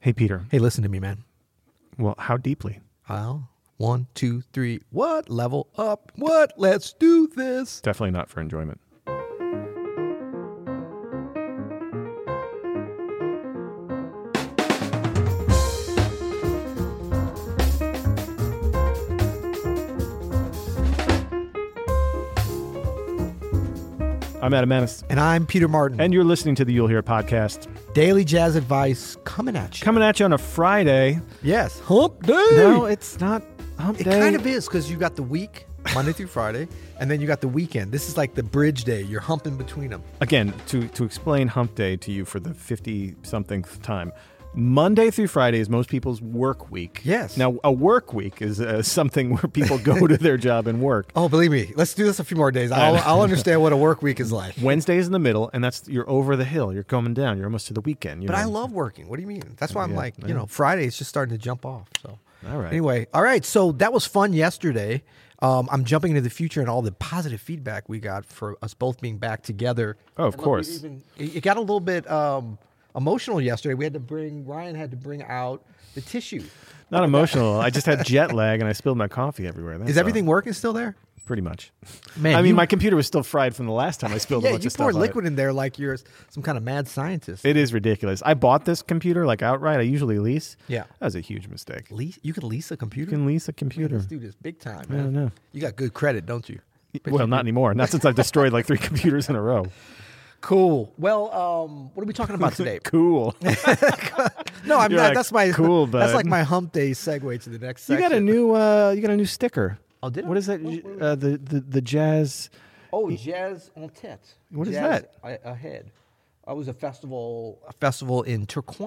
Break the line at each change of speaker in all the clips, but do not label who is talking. Hey, Peter.
Hey, listen to me, man.
Well, how deeply?
I'll one, two, three. What? Level up. What? Let's do this.
Definitely not for enjoyment. I'm Adam Manis,
And I'm Peter Martin.
and you're listening to the You'll Hear podcast
Daily Jazz Advice coming at you.
coming at you on a Friday.
yes. Hump day.
No, it's not hump
it
day.
kind of is because you got the week, Monday through Friday, and then you got the weekend. This is like the bridge day. You're humping between them.
Again, to, to explain hump day to you for the 50 something time, Monday through Friday is most people's work week.
Yes.
Now, a work week is uh, something where people go to their job and work.
Oh, believe me. Let's do this a few more days. I'll, I'll understand what a work week is like.
Wednesday is in the middle, and that's you're over the hill. You're coming down. You're almost to the weekend. you
But I
know.
love working. What do you mean? That's why I'm
Yeah,
like,
yeah.
you know, Friday is just starting to jump off. So,
All right.
Anyway, all right. So that was fun yesterday. Um, I'm jumping into the future and all the positive feedback we got for us both being back together.
Oh, of
I love we
course.
Even, it it got a little bit um, emotional yesterday. We had to bring Ryan had to bring out the tissue.
Not emotional. I just had jet lag and I spilled my coffee everywhere. That's
Is
all.
everything working still there?
pretty much?
Man,
I mean,
you-
my computer was still fried from the last time I spilled a
Yeah,
bunch
you
of stuff.
poured
on it.
liquid in there like you're some kind of mad scientist.
It is ridiculous. I bought this computer like outright. I usually lease.
Yeah.
that was a huge mistake. You
lease, you could lease a computer.
can lease a computer.
Let's do this big time, man.
don't know.
You got good credit, don't you?
Well, not anymore. Not since I've destroyed like three computers in a row.
Cool. Well, um, what are we talking about today?
Cool.
No, I'm
You're
not.
like,
that's my
"Cool,
That's
bud."
like my hump day segue to the next.
you
Section.
got a new. Uh, you got a new sticker.
Oh, did I?
What is that?
What- what-
Uh, the the the jazz.
oh jazz en tête.
What is
Jazz
that?
a- Ahead. I was a festival a festival in Turquoise.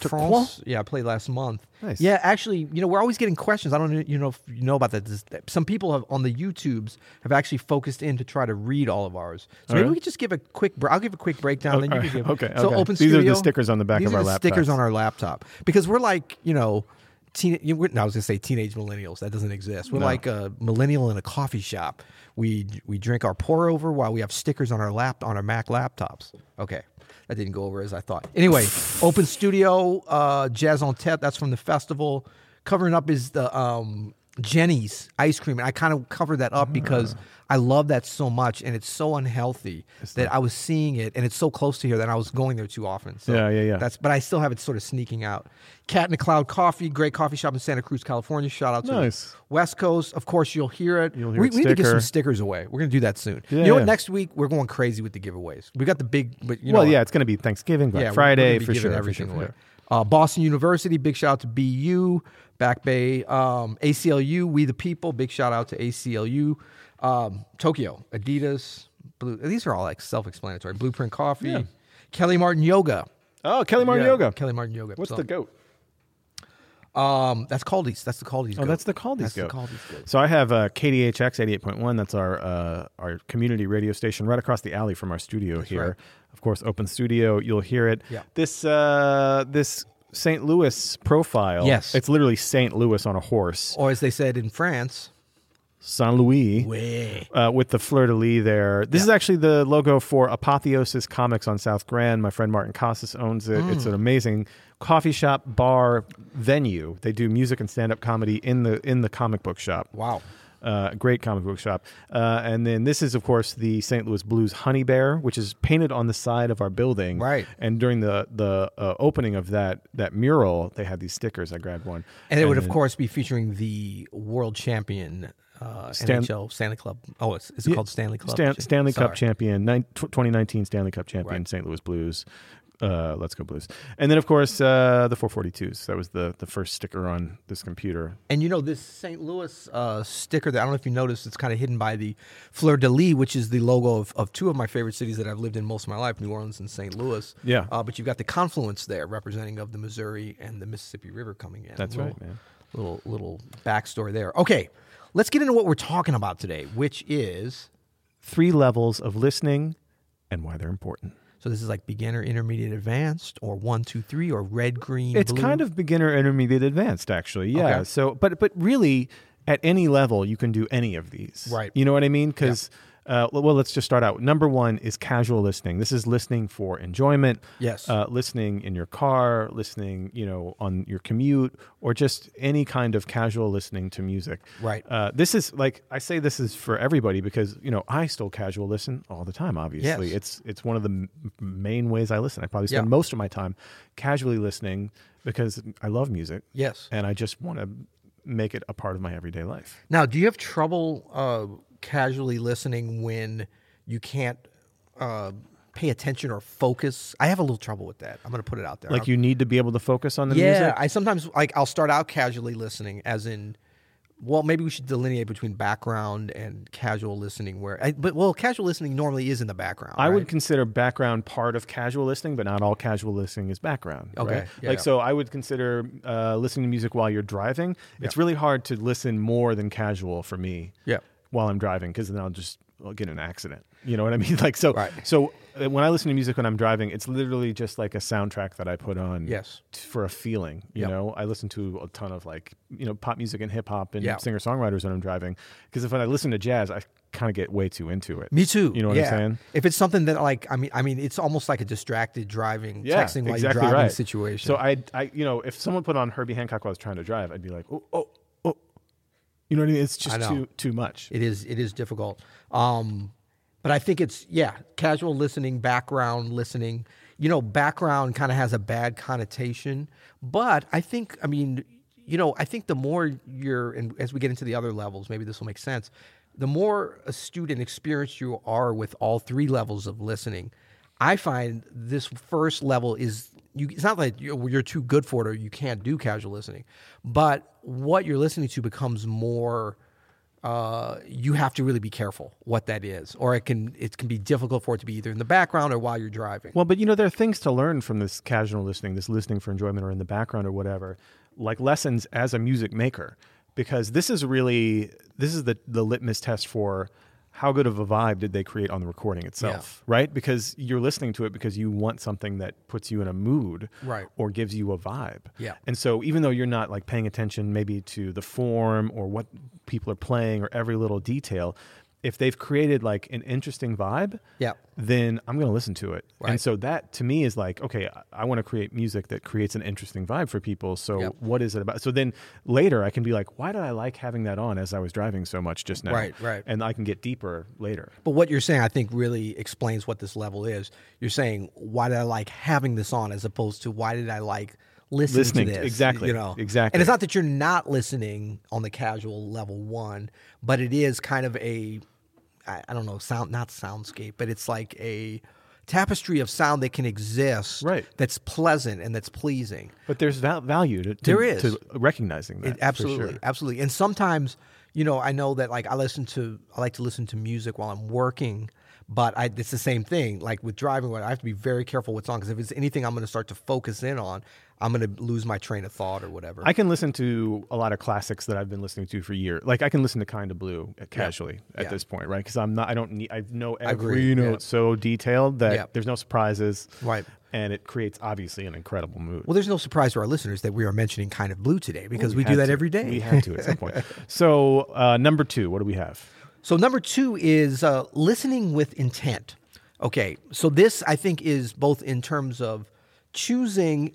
Tourcoing?
France. Yeah, I played last month.
Nice.
Yeah, actually, you know, we're always getting questions. I don't know, you know if you know about that. This- Some people have on the YouTubes have actually focused in to try to read all of ours. So maybe
right.
we could just give a quick. br- I'll give a quick breakdown. then you
all
can
right.
give.
Okay,
So
okay.
open
These are the
Studio,
stickers on the back
these
of
are
our
the Stickers
laptops.
on our laptop because we're like you know. Teen, you, we're, no, I was gonna say teenage millennials. That doesn't exist. We're like a millennial in a coffee shop. We we drink our pour over while we have stickers on our lap on our Mac laptops. Okay, that didn't go over as I thought. Anyway, Open Studio uh, Jazz on Tap. That's from the festival. Covering up is the um, Jenny's ice cream, and I kind of covered that up because
Ah.
I love that so much, and it's so unhealthy that I was seeing it, and it's so close to here that I was going there too often. So
Yeah, yeah, yeah.
That's but I still have it sort of sneaking out. Cat in the Cloud Coffee, great coffee shop in Santa Cruz, California. Shout out to the
Nice.
West Coast. Of course, you'll hear it.
You'll hear
we
it
we need to give
sticker.
some stickers away. We're gonna do that soon.
Yeah,
you know what?
yeah.
Next week we're going crazy with the giveaways. We got the big, but you know,
well, yeah, it's going to be Thanksgiving, Black
yeah, we're- we're
Friday
gonna be
for
giving
sure. for
Everything
sure, for
away.
sure.
Uh, Boston University, big shout out to BU, Back Bay, um, ACLU, We the People, big shout out to ACLU, um, Tokyo, Adidas, Blue. These are all like self-explanatory. Blueprint Coffee, Kelly Martin Yoga,
Oh, Kelly Martin
Yeah,
Yoga.
Kelly Martin Yoga.
What's
So,
the goat?
Um, that's Caldi's. That's the Caldi's.
Oh, that's the Caldi's
That's
goat.
the Caldi's goat.
So I have uh, KDHX 88.1. That's our uh, our community radio station right across the alley from our studio here.
right.
Of course, open studio. You'll hear it.
Yeah.
This uh, this St. Louis profile.
Yes.
It's literally St. Louis on a horse.
Or as they said in France,
Saint Louis.
way.
uh, with the fleur de lis there. This is actually the logo for Apotheosis Comics on South Grand. My friend Martin Casas owns it.
Mm.
It's an amazing coffee shop, bar, venue. They do music and stand up comedy in the in the comic book shop.
Wow.
Uh, great comic book shop. Uh, and then this is, of course, the St. Louis Blues Honey Bear, which is painted on the side of our building.
Right.
And during the the uh, opening of that that mural, they had these stickers. I grabbed one.
And it would, of course, be featuring the world champion uh,
Stan-
NHL Stanley Club. Oh, it's, is it called Stanley Club?
Stan- Stanley Cup
Sorry.
champion, nine, tw 2019 Stanley Cup champion, St. Louis Blues. Uh, let's go Blues. And then, of course, uh, the 442s. That was the, the first sticker on this computer.
And you know this St. Louis uh, sticker that I don't know if you noticed, it's kind of hidden by the fleur de lis, which is the logo of, of two of my favorite cities that I've lived in most of my life, New Orleans and St. Louis.
Yeah.
Uh, but you've got the confluence there, representing of the Missouri and the Mississippi River coming in.
That's
Little-
right, man.
Little little backstory there. Okay, let's get into what we're talking about today, which is
Three levels of listening and why they're important.
so this is like beginner, intermediate, advanced, or one, two, three, or red, green.
It's
blue.
kind of beginner, intermediate, advanced, actually. Yeah.
Okay.
So, but but really, at any level, you can do any of these.
Right.
You know what I mean? Because Uh, well, let's just start out. Number one is casual listening. This is listening for enjoyment.
Yes.
Uh, listening in your car, listening, you know, on your commute, or just any kind of casual listening to music.
Right.
Uh, this is like I say this is for everybody because you know I still casual listen all the time. Obviously,
Yes.
it's it's one of the m- main ways I listen. I probably spend
Yeah.
most of my time casually listening because I love music
Yes.
and I just want to make it a part of my everyday life.
Now, do you have trouble uh, casually listening when you can't uh, pay attention or focus? I have a little trouble with that. I'm going to put it out there.
Like you need to be able to focus on the
yeah,
music.
I sometimes like I'll start out casually listening, as in, well, maybe we should delineate between background and casual listening. Where, I, but well, casual listening normally is in the background.
I would
right?
consider background part of casual listening, but not all casual listening is background.
Okay,
right?
yeah,
like
yeah.
so, I would consider uh, listening to music while you're driving. It's really hard to listen more than casual for me.
Yeah.
While I'm driving, because then I'll just I'll get in an accident. You know what I mean? Like so.
Right.
So uh, when I listen to music when I'm driving, it's literally just like a soundtrack that I put on.
Yes.
t- For a feeling, you
Yep.
know, I listen to a ton of like, you know, pop music and hip hop and
Yeah.
singer songwriters when I'm driving. Because if I listen to jazz, I kind of get way too into it.
Me too.
You know what I'm
yeah.
saying?
If it's something that like I mean, I mean, it's almost like a distracted driving, texting while
exactly
you're driving
right.
situation.
So I, I, you know, if someone put on Herbie Hancock while I was trying to drive, I'd be like, oh, oh, oh, you know what I mean? It's just
know.
too too much.
It is it is difficult. Um, but I think it's yeah, casual listening, background listening. You know, background kind of has a bad connotation, but I think I mean, you know, I think the more you're and as we get into the other levels, maybe this will make sense. The more astute and experienced you are with all three levels of listening, I find this first level is you. It's not like you're, you're too good for it or you can't do casual listening, but what you're listening to becomes more uh, you have to really be careful what that is, or it can it can be difficult for it to be either in the background or while you're driving.
Well, but you know, there are things to learn from this casual listening, this listening for enjoyment or in the background or whatever, like lessons as a music maker, because this is really this is the the litmus test for how good of a vibe did they create on the recording itself, right? Because you're listening to it because you want something that puts you in a mood,
Right.
or gives you a vibe.
Yeah.
And so even though you're not like paying attention maybe to the form or what people are playing or every little detail, if they've created like an interesting vibe,
Yeah.
then I'm going to listen to it.
Right.
And so that to me is like, okay, I, I want to create music that creates an interesting vibe for people. So
Yep.
what is it about? So then later I can be like, why did I like having that on as I was driving so much just now?
Right, right.
And I can get deeper later.
But what you're saying, I think, really explains what this level is. You're saying, why did I like having this on as opposed to why did I like listening,
Listening,
to this?
exactly,
You know,
exactly.
And it's not that you're not listening on the casual level one, but it is kind of a, I, I don't know, sound not soundscape, but it's like a tapestry of sound that can exist,
Right.
That's pleasant and that's pleasing.
But there's val- value to, to,
There is.
to recognizing that.
It-
for sure.
absolutely, absolutely. And sometimes, you know, I know that like I listen to, I like to listen to music while I'm working, but I, it's the same thing. Like with driving, what I have to be very careful what's on because if it's anything I'm going to start to focus in on, I'm going to lose my train of thought or whatever.
I can listen to a lot of classics that I've been listening to for years. Like I can listen to Kind of Blue uh, casually at
Yeah.
this point, right? Because I'm not, I don't need, I know
agree.
every note
Yeah.
so detailed that
Yeah.
there's no surprises,
Right.
And it creates obviously an incredible mood.
well, there's no surprise to our listeners that we are mentioning kind of blue today because we, do
had
that
to.
every day.
We had to at some point. So uh, number two, what do we have?
So number two is uh, listening with intent. Okay, so this I think is both in terms of choosing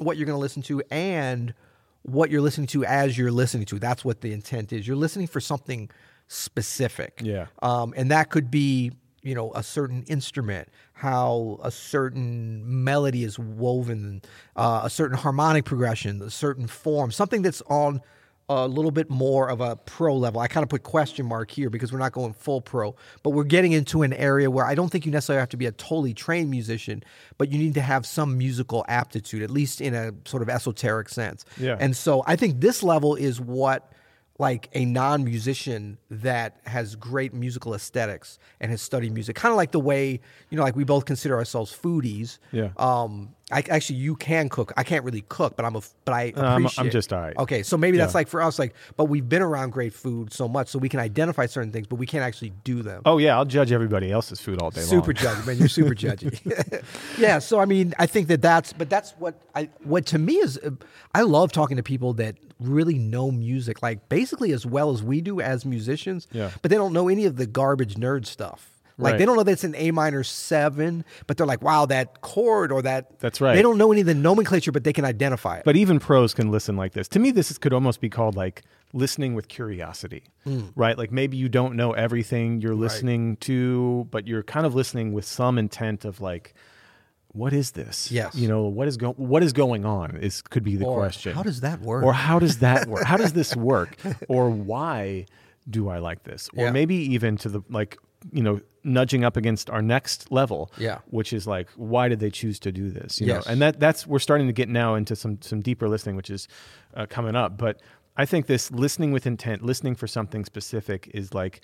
what you're going to listen to and what you're listening to as you're listening to. That's what the intent is. You're listening for something specific.
Yeah.
Um, and that could be, you know, a certain instrument, how a certain melody is woven, uh, a certain harmonic progression, a certain form, something that's on a little bit more of a pro level. I kind of put question mark here because we're not going full pro, but we're getting into an area where I don't think you necessarily have to be a totally trained musician, but you need to have some musical aptitude, at least in a sort of esoteric sense.
Yeah.
And so I think this level is what like a non-musician that has great musical aesthetics and has studied music, kind of like the way you know, like we both consider ourselves foodies.
Yeah.
Um, I actually you can cook. I can't really cook, but I'm a but I
I'm- Um, I'm
appreciate.
just all right.
Okay, so maybe that's like for us, like, but we've been around great food so much, so we can identify certain things, but we can't actually do them.
Oh yeah, I'll judge everybody else's food all day
super
long.
judgy, man. You're super judgy. yeah. So I mean, I think that that's, but that's what I what to me is. uh, I love talking to people that really know music, like basically as well as we do as musicians.
Yeah.
But they don't know any of the garbage nerd stuff. Like they
Right.
don't know that it's an A minor seven, but they're like, wow, that chord or that.
That's right.
They don't know any of the nomenclature, but they can identify it.
But even pros can listen like this. To me, this is, could almost be called like listening with curiosity,
Hmm.
right? Like maybe you don't know everything you're listening to, but you're kind of listening with some intent of like, what is this?
Yes.
You know, what is going, what is going on is could be the
Or,
question.
"How does that work?"
Or how does that work? how does this work? Or why do I like this? Or
Yeah.
maybe even to the like, you know, nudging up against our next level,
Yeah.
which is like, why did they choose to do this? You
Yes.
know, and that that's we're starting to get now into some some deeper listening, which is uh, coming up. But I think this listening with intent, listening for something specific, is like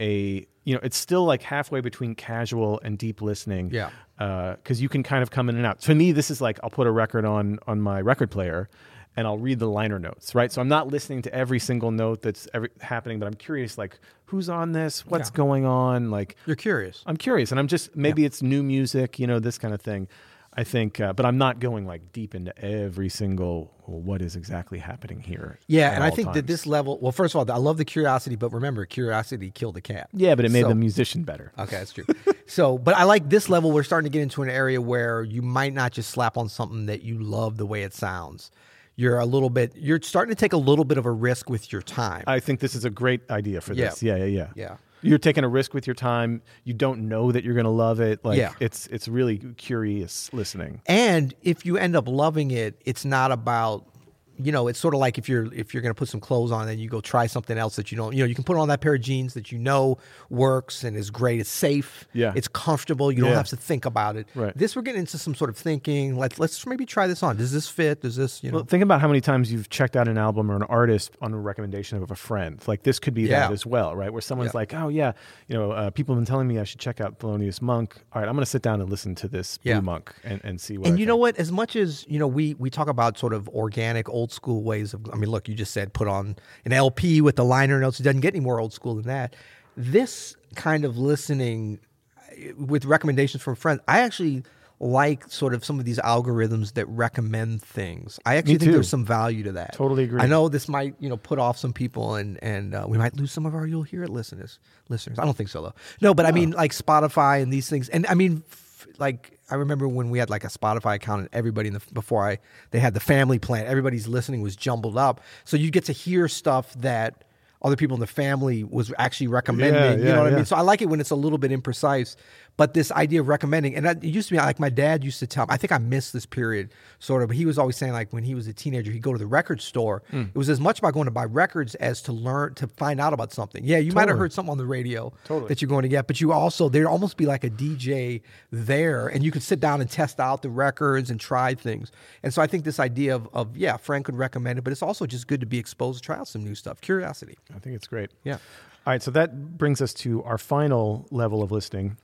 a you know, it's still like halfway between casual and deep listening.
Yeah.
because uh, you can kind of come in and out. To me, this is like I'll put a record on on my record player. And I'll read the liner notes, right? So I'm not listening to every single note that's every, happening, but I'm curious, like, who's on this? What's going on? Like,
You're curious.
I'm curious, and I'm just maybe it's new music, you know, this kind of thing. I think, uh, but I'm not going like deep into every single. Well, what is exactly happening here?
Yeah,
at
and I
all
think that
times.
this level. Well, first of all, I love the curiosity, but remember, curiosity killed the cat.
Yeah, but it made
So-
the musician better.
Okay, that's true. so, but I like this level. We're starting to get into an area where you might not just slap on something that you love the way it sounds. You're a little bit. You're starting to take a little bit of a risk with your time.
I think this is a great idea for
Yeah.
this. Yeah, yeah, yeah.
Yeah.
You're taking a risk with your time. You don't know that you're going to love it. Like
Yeah.
it's it's really curious listening.
and if you end up loving it, it's not about. You know, it's sort of like if you're if you're going to put some clothes on and you go try something else that you don't. You know, you can put on that pair of jeans that you know works and is great. It's safe.
Yeah.
It's comfortable. You don't
Yeah.
have to think about it.
Right.
This we're getting into some sort of thinking. Let's let's maybe try this on. Does this fit? Does this you know?
Well, think about how many times you've checked out an album or an artist on a recommendation of a friend. Like this could be that
Yeah.
as well, right? Where someone's
Yeah.
like, "Oh yeah, you know, uh, people have been telling me I should check out Thelonious Monk. All right, I'm going to sit down and listen to this
Yeah.
Blue Monk and, and see what."
And
I
you
think.
know what? As much as you know, we we talk about sort of organic, old school ways of. I mean, look, you just said put on an LP with the liner notes. It doesn't get any more old school than that. This kind of listening eh, with recommendations from friends, I actually like sort of some of these algorithms that recommend things. I actually think
too.
there's some value to that.
Totally agree.
I know this might you know put off some people, and and uh, we might lose some of our you'll hear it listeners. Listeners, I don't think so though. No, but I mean like Spotify and these things, and I mean f- like I remember when we had like a Spotify account, and everybody in the before I they had the family plan, everybody's listening was jumbled up, so you get to hear stuff that other people in the family was actually recommending.
Yeah,
you
yeah,
know what I
yeah.
mean? So I like it when it's a little bit imprecise, but this idea of recommending, and I, it used to be like my dad used to tell. I think I missed this period sort of. But he was always saying like when he was a teenager, he'd go to the record store.
Hmm.
It was as much about going to buy records as to learn to find out about something. Yeah, you might have
Totally.
heard something on the radio
Totally.
that you're going to get, but you also there'd almost be like a DJ there, and you could sit down and test out the records and try things. And so I think this idea of, of yeah, Frank could recommend it, but it's also just good to be exposed to try out some new stuff. Curiosity.
I think it's great.
Yeah.
All right, so that brings us to our final level of listening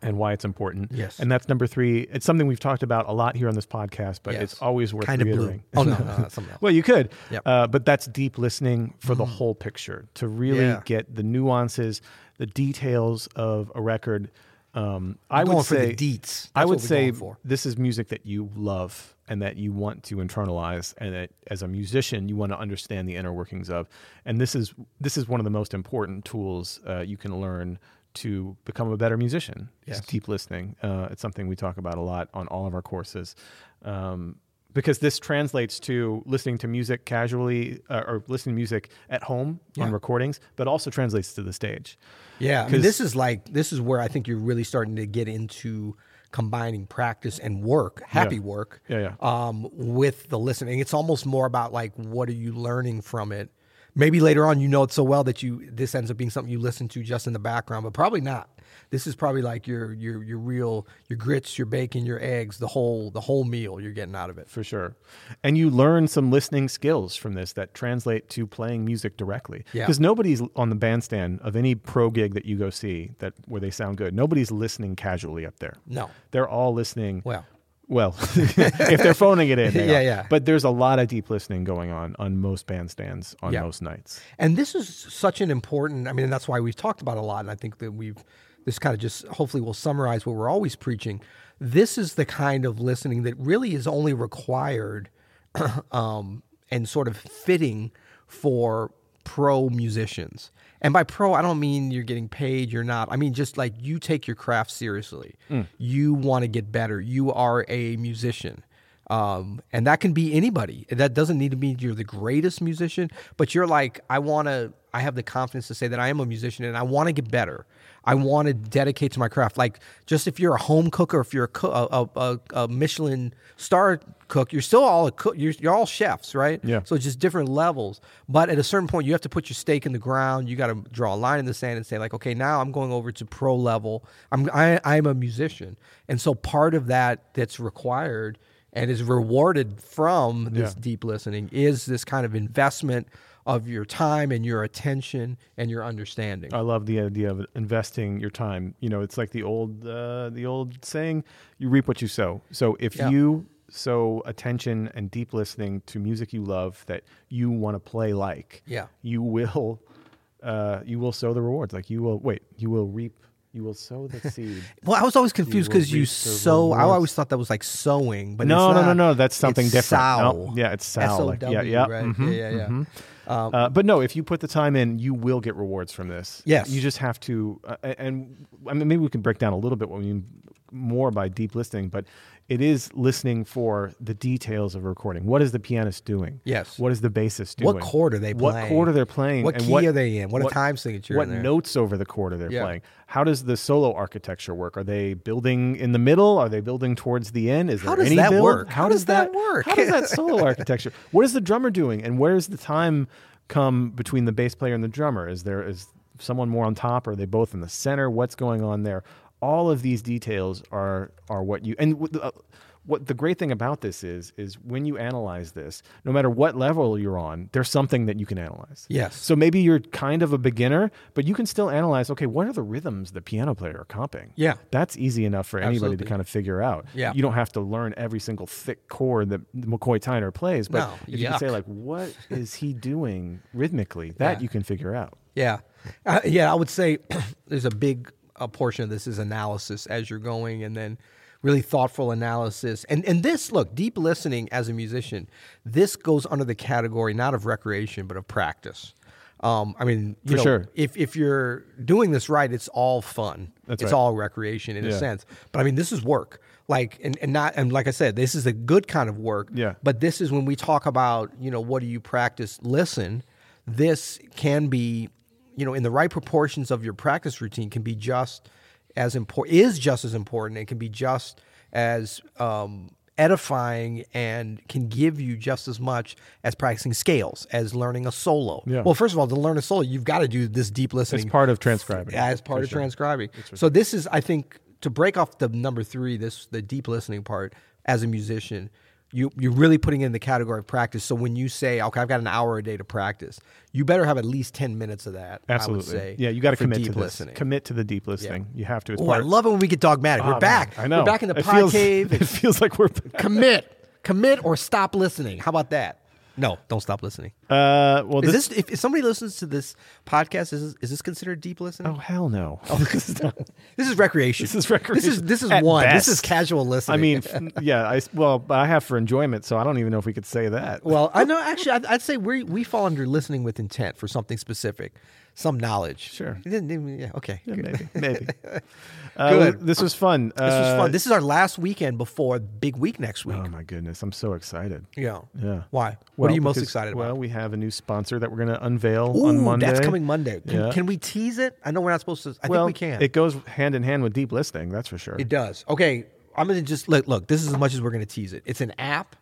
and why it's important.
Yes.
And that's number three. It's something we've talked about a lot here on this podcast, but
Yes.
it's always worth
Kind of blue.
reiterating.
Oh no, no, no, something else.
Well, you could,
Yep. Mm.
uh, but that's deep listening for the whole picture to really
Yeah.
get the nuances, the details of a record. Um, I
going
would
for
say
the deets.
I
That's what
would
we're
say
going for.
this is music that you love and that you want to internalize, and that as a musician you want to understand the inner workings of. And this is this is one of the most important tools uh, you can learn to become a better musician. is
Yes.
deep listening. Uh, it's something we talk about a lot on all of our courses. Um, because this translates to listening to music casually uh, or listening to music at home on
Yeah.
recordings, but also translates to the stage.
Yeah, I mean,
'Cause-
this is like this is where I think you're really starting to get into combining practice and work, happy
Yeah.
work,
Yeah, yeah.
Um, with the listening. It's almost more about like what are you learning from it. Maybe later on you know it so well that you this ends up being something you listen to just in the background, but probably not. This is probably like your your your real your grits, your bacon, your eggs, the whole the whole meal you're getting out of it.
for sure. And you learn some listening skills from this that translate to playing music directly.
Yeah.
Because nobody's on the bandstand of any pro gig that you go see that where they sound good. Nobody's listening casually up there.
No.
They're all listening
Well,
Well, if they're phoning it in, they
Yeah,
are.
yeah.
But there's a lot of deep listening going on on most bandstands on
Yeah.
most nights.
And this is such an important, I mean, and that's why we've talked about it a lot. And I think that we've, this kind of just hopefully will summarize what we're always preaching. This is the kind of listening that really is only required um, and sort of fitting for pro musicians. And by pro, I don't mean you're getting paid, you're not. I mean, just like you take your craft seriously. You want to get better. You are a musician. Um, and that can be anybody. That doesn't need to mean you're the greatest musician, but you're like, I want to, I have the confidence to say that I am a musician and I want to get better. I want to dedicate to my craft. Like, just if you're a home cook or if you're a, coo- a, a, a, a Michelin star cook, you're still all a cook. You're, you're all chefs, right?
Yeah.
So it's just different levels. But at a certain point, you have to put your stake in the ground. You got to draw a line in the sand and say, like, okay, now I'm going over to pro level. I'm I, I'm a musician, and so part of that that's required and is rewarded from this
Yeah.
deep listening is this kind of investment of your time and your attention and your understanding.
I love the idea of investing your time. You know, it's like the old uh, the old saying, you reap what you sow. So if
Yeah.
you sow attention and deep listening to music you love that you want to play like,
Yeah.
you will uh, you will sow the rewards. Like you will wait, you will reap, you will sow the seed.
Well, I was always confused
You will
because you
reap the
sow. I
rewards.
always thought that was like sewing, but
no,
it's
no, no,
not.
no, that's
It's
something different.
Sow.
No, yeah, it's sow.
S-O-W,
Like, yeah, yeah,
right?
mhm.
yeah, yeah, yeah. Um,
Uh, but no, if you put the time in, you will get rewards from this.
Yes.
you just have to. Uh, and I mean, maybe we can break down a little bit what we mean more by deep listening, but it is listening for the details of a recording. What is the pianist doing?
Yes.
What is the bassist doing?
What chord are they
What
playing?
chord are they playing?
What
and
key are they in? What, time signature?
What
in there?
notes over the chord are they
Yeah.
playing? How does the solo architecture work? Are they building in the middle? Are they building towards the end? Is
How
there
does
any
that
build?
work? How does that work?
How does that solo architecture? What is the drummer doing? And where does the time come between the bass player and the drummer? Is there is someone more on top? Are they both in the center? What's going on there? All of these details are are what you and w- uh, what the great thing about this is is when you analyze this, no matter what level you're on, there's something that you can analyze.
Yes.
So maybe you're kind of a beginner, but you can still analyze. Okay, what are the rhythms the piano player are comping?
Yeah.
that's easy enough for anybody to
Absolutely.
kind of figure out.
Yeah.
you don't have to learn every single thick chord that McCoy Tyner plays, but
No,
if you can say
yuck.
like, what is he doing rhythmically? That
Yeah.
you can figure out.
Yeah, uh, yeah. I would say there's a big a portion of this is analysis as you're going, and then really thoughtful analysis. And and this look deep listening as a musician. This goes under the category not of recreation but of practice. Um, I mean, you
For
know,
sure.
if if you're doing this right, it's all fun.
That's
it's
right.
all recreation in
Yeah.
a sense. But I mean, this is work. Like and, and not and like I said, this is a good kind of work.
Yeah.
But this is when we talk about, you know, what do you practice? Listen, this can be, you know, in the right proportions of your practice routine can be just as important, is just as important. It can be just as um, edifying and can give you just as much as practicing scales, as learning a solo.
Yeah.
Well, first of all, to learn a solo, you've got to do this deep listening.
It's part of transcribing.
As part of transcribing. So this is, I think, to break off the number three, this the deep listening part as a musician. You you're really putting in the category of practice. So when you say, okay, I've got an hour a day to practice, you better have at least ten minutes of that.
Absolutely.
I would say,
yeah, you got to
for
commit
deep
to this.
listening.
Commit to the deep listening. You have to. It's
Oh, I
part-
love it when we get dogmatic.
Ah,
we're
man,
back.
I know.
We're back in the
It
pod
feels-
cave.
It feels like we're.
commit, commit, or stop listening. How about that? No, don't stop listening.
Uh, well,
Is
this.
this if, if somebody listens to this podcast? Is this, is this considered deep listening?
Oh hell no.
This is recreation.
This is recreation
This is this is
at
one.
best.
This is casual
I
listening.
mean, f- yeah. I s- well, but I have for enjoyment, so I don't even know if we could say that.
well, I know actually. I'd, I'd say we we fall under listening with intent for something specific, some knowledge.
Sure.
You didn't even- Yeah. Okay.
Yeah,
good.
maybe, maybe. Uh,
Good.
This was fun.
This was fun. This is our last weekend before big week next week.
uh, oh my goodness, I'm so excited.
yeah.
Yeah.
Why? what
Well,
are you most
because-
excited about?
Well, we have a new sponsor that we're going to unveil
Ooh,
on Monday.
that's coming Monday. Can,
Yeah.
can we tease it? I know we're not supposed to. I
well,
think we can.
It goes hand in hand with deep listing, that's for sure.
It does. Okay, I'm gonna just look. Look, this is as much as we're gonna tease it. It's an app,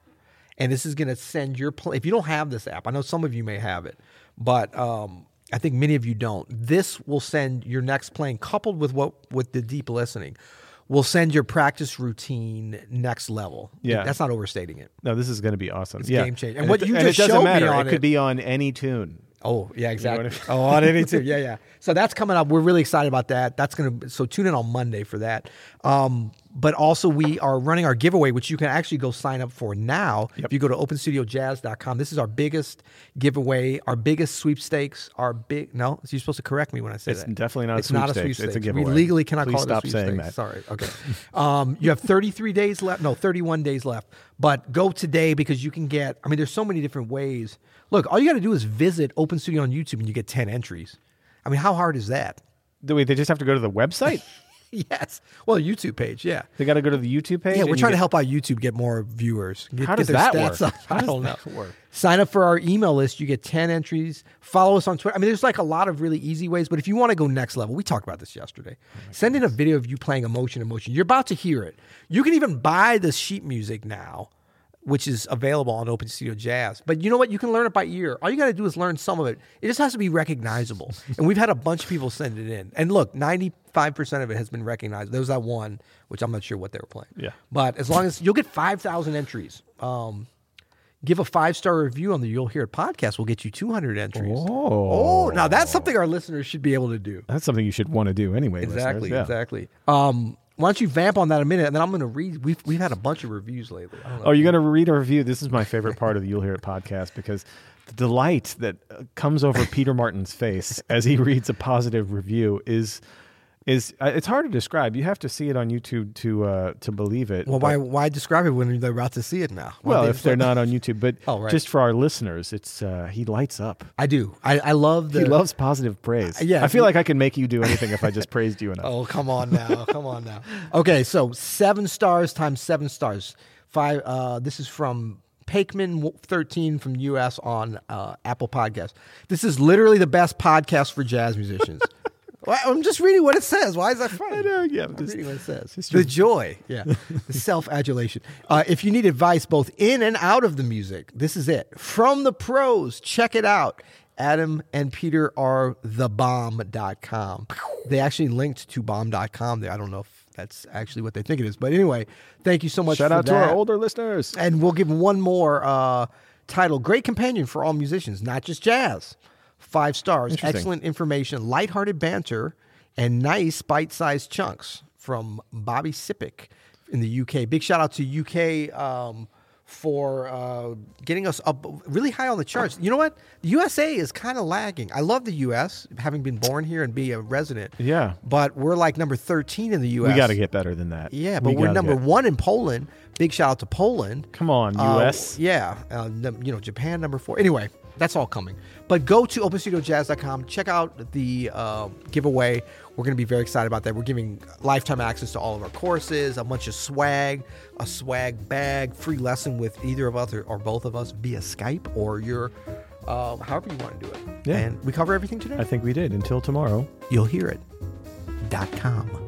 and this is gonna send your. Pl- if you don't have this app, I know some of you may have it, but um, I think many of you don't. This will send your next playing, coupled with what with the deep listening, will send your practice routine next level.
Yeah.
that's not overstating it.
no, this is going to be awesome. yeah.
game changing. And
it
what
d-
you
and
just
it doesn't
showed me
matter.
on
it could
it-
be on any tune.
Oh yeah, exactly.
what
oh, on any too. Yeah, yeah. So that's coming up. We're really excited about that. That's gonna. So tune in on Monday for that. Um, but also we are running our giveaway, which you can actually go sign up for now. If you go to openstudiojazz.com, this is our biggest giveaway, our biggest sweepstakes, our big. No, so you're supposed to correct me when I say
It's
that.
definitely not a
It's not a
sweepstakes. It's a
We
giveaway.
legally cannot
Please
call
stop
it a
saying
sweepstakes.
that.
Sorry. Okay. um, you have 33 days left. No, 31 days left. But go today because you can get. I mean, there's so many different ways. Look, all you got to do is visit Open Studio on YouTube, and you get 10 entries. I mean, how hard is that?
Wait, they just have to go to the website?
yes. Well, YouTube page. Yeah.
They got to go to the YouTube page?
Yeah, we're
and you
trying to
get-
help out YouTube get more viewers. Get,
How does
get
that
their
work?
stats Up.
How
I
does
don't
that
know.
work?
Sign up for our email list. You get 10 entries. Follow us on Twitter. I mean, there's like a lot of really easy ways, but if you want to go next level, we talked about this yesterday. Send in a video of you playing Emotion Emotion. You're about to hear it. You can even buy the sheet music now, which is available on Open Studio Jazz. But you know what? You can learn it by ear. All you got to do is learn some of it. It just has to be recognizable. and we've had a bunch of people send it in. And look, 95% of it has been recognized. There was that one, which I'm not sure what they were playing.
Yeah.
But as long as you'll get 5,000 entries. Um, give a five star review on the You'll Hear It podcast. We'll get you 200 entries.
Oh.
Oh, now that's something our listeners should be able to do.
That's something you should want to do anyway. listeners.
Exactly,
Yeah.
exactly. Um, why don't you vamp on that a minute, and then I'm going to read. We've we've had a bunch of reviews lately. I don't know.
Oh, you're going to read a review? This is my favorite part of the You'll Hear It podcast because the delight that uh, comes over Peter Martin's face as he reads a positive review is. Is uh, it's hard to describe. You have to see it on YouTube to uh, to believe it.
well,
but-
why why describe it when they're about to see it now?
oh.
Why
Well,
don't they
if
just
they're
let-
not on YouTube, but
Oh, right.
just for our listeners, it's uh, he lights up.
I do. I, I love the. Uh,
He loves positive praise.
yeah,
I feel
he-
like I can make you do anything if I just praised you enough.
Oh, come on now, come on now. Okay, so seven stars times seven stars. Five. Uh, this is from Pakeman thirteen from US on uh, Apple Podcast. This is literally the best podcast for jazz musicians. Well, I'm just reading what it says. Why is that funny?
know, yeah,
I'm
just-
reading what it says.
just
the joy, yeah, the self-adulation. Uh, if you need advice both in and out of the music, this is it. From the pros, check it out. Adam and Peter are thebomb.com. They actually linked to bomb.com there. I don't know if that's actually what they think it is, but anyway, thank you so much.
Shout
for
out to our
that.
older listeners.
And we'll give one more uh, title Great Companion for All Musicians, not just jazz. Five stars. Excellent information, lighthearted banter, and nice bite sized chunks from Bobby Sipic in the UK. Big shout out to UK um, for uh, getting us up really high on the charts. You know what? The USA is kind of lagging. I love the US, having been born here and be a resident.
Yeah.
But we're like number 13 in the US.
We got to get better than that.
Yeah,
We
but we are
gotta
number
get-
one in Poland. Big shout out to Poland.
Come on,
Uh,
US.
yeah, uh, num- you know Japan number four. Anyway, that's all coming. But go to openstudiojazz.com. Check out the uh, giveaway. We're going to be very excited about that. We're giving lifetime access to all of our courses, a bunch of swag, a swag bag, free lesson with either of us or, or both of us via Skype or your, um, however you want to do it.
Yeah.
And we cover everything today.
I think we did. Until tomorrow.
You'll hear it. Dot com.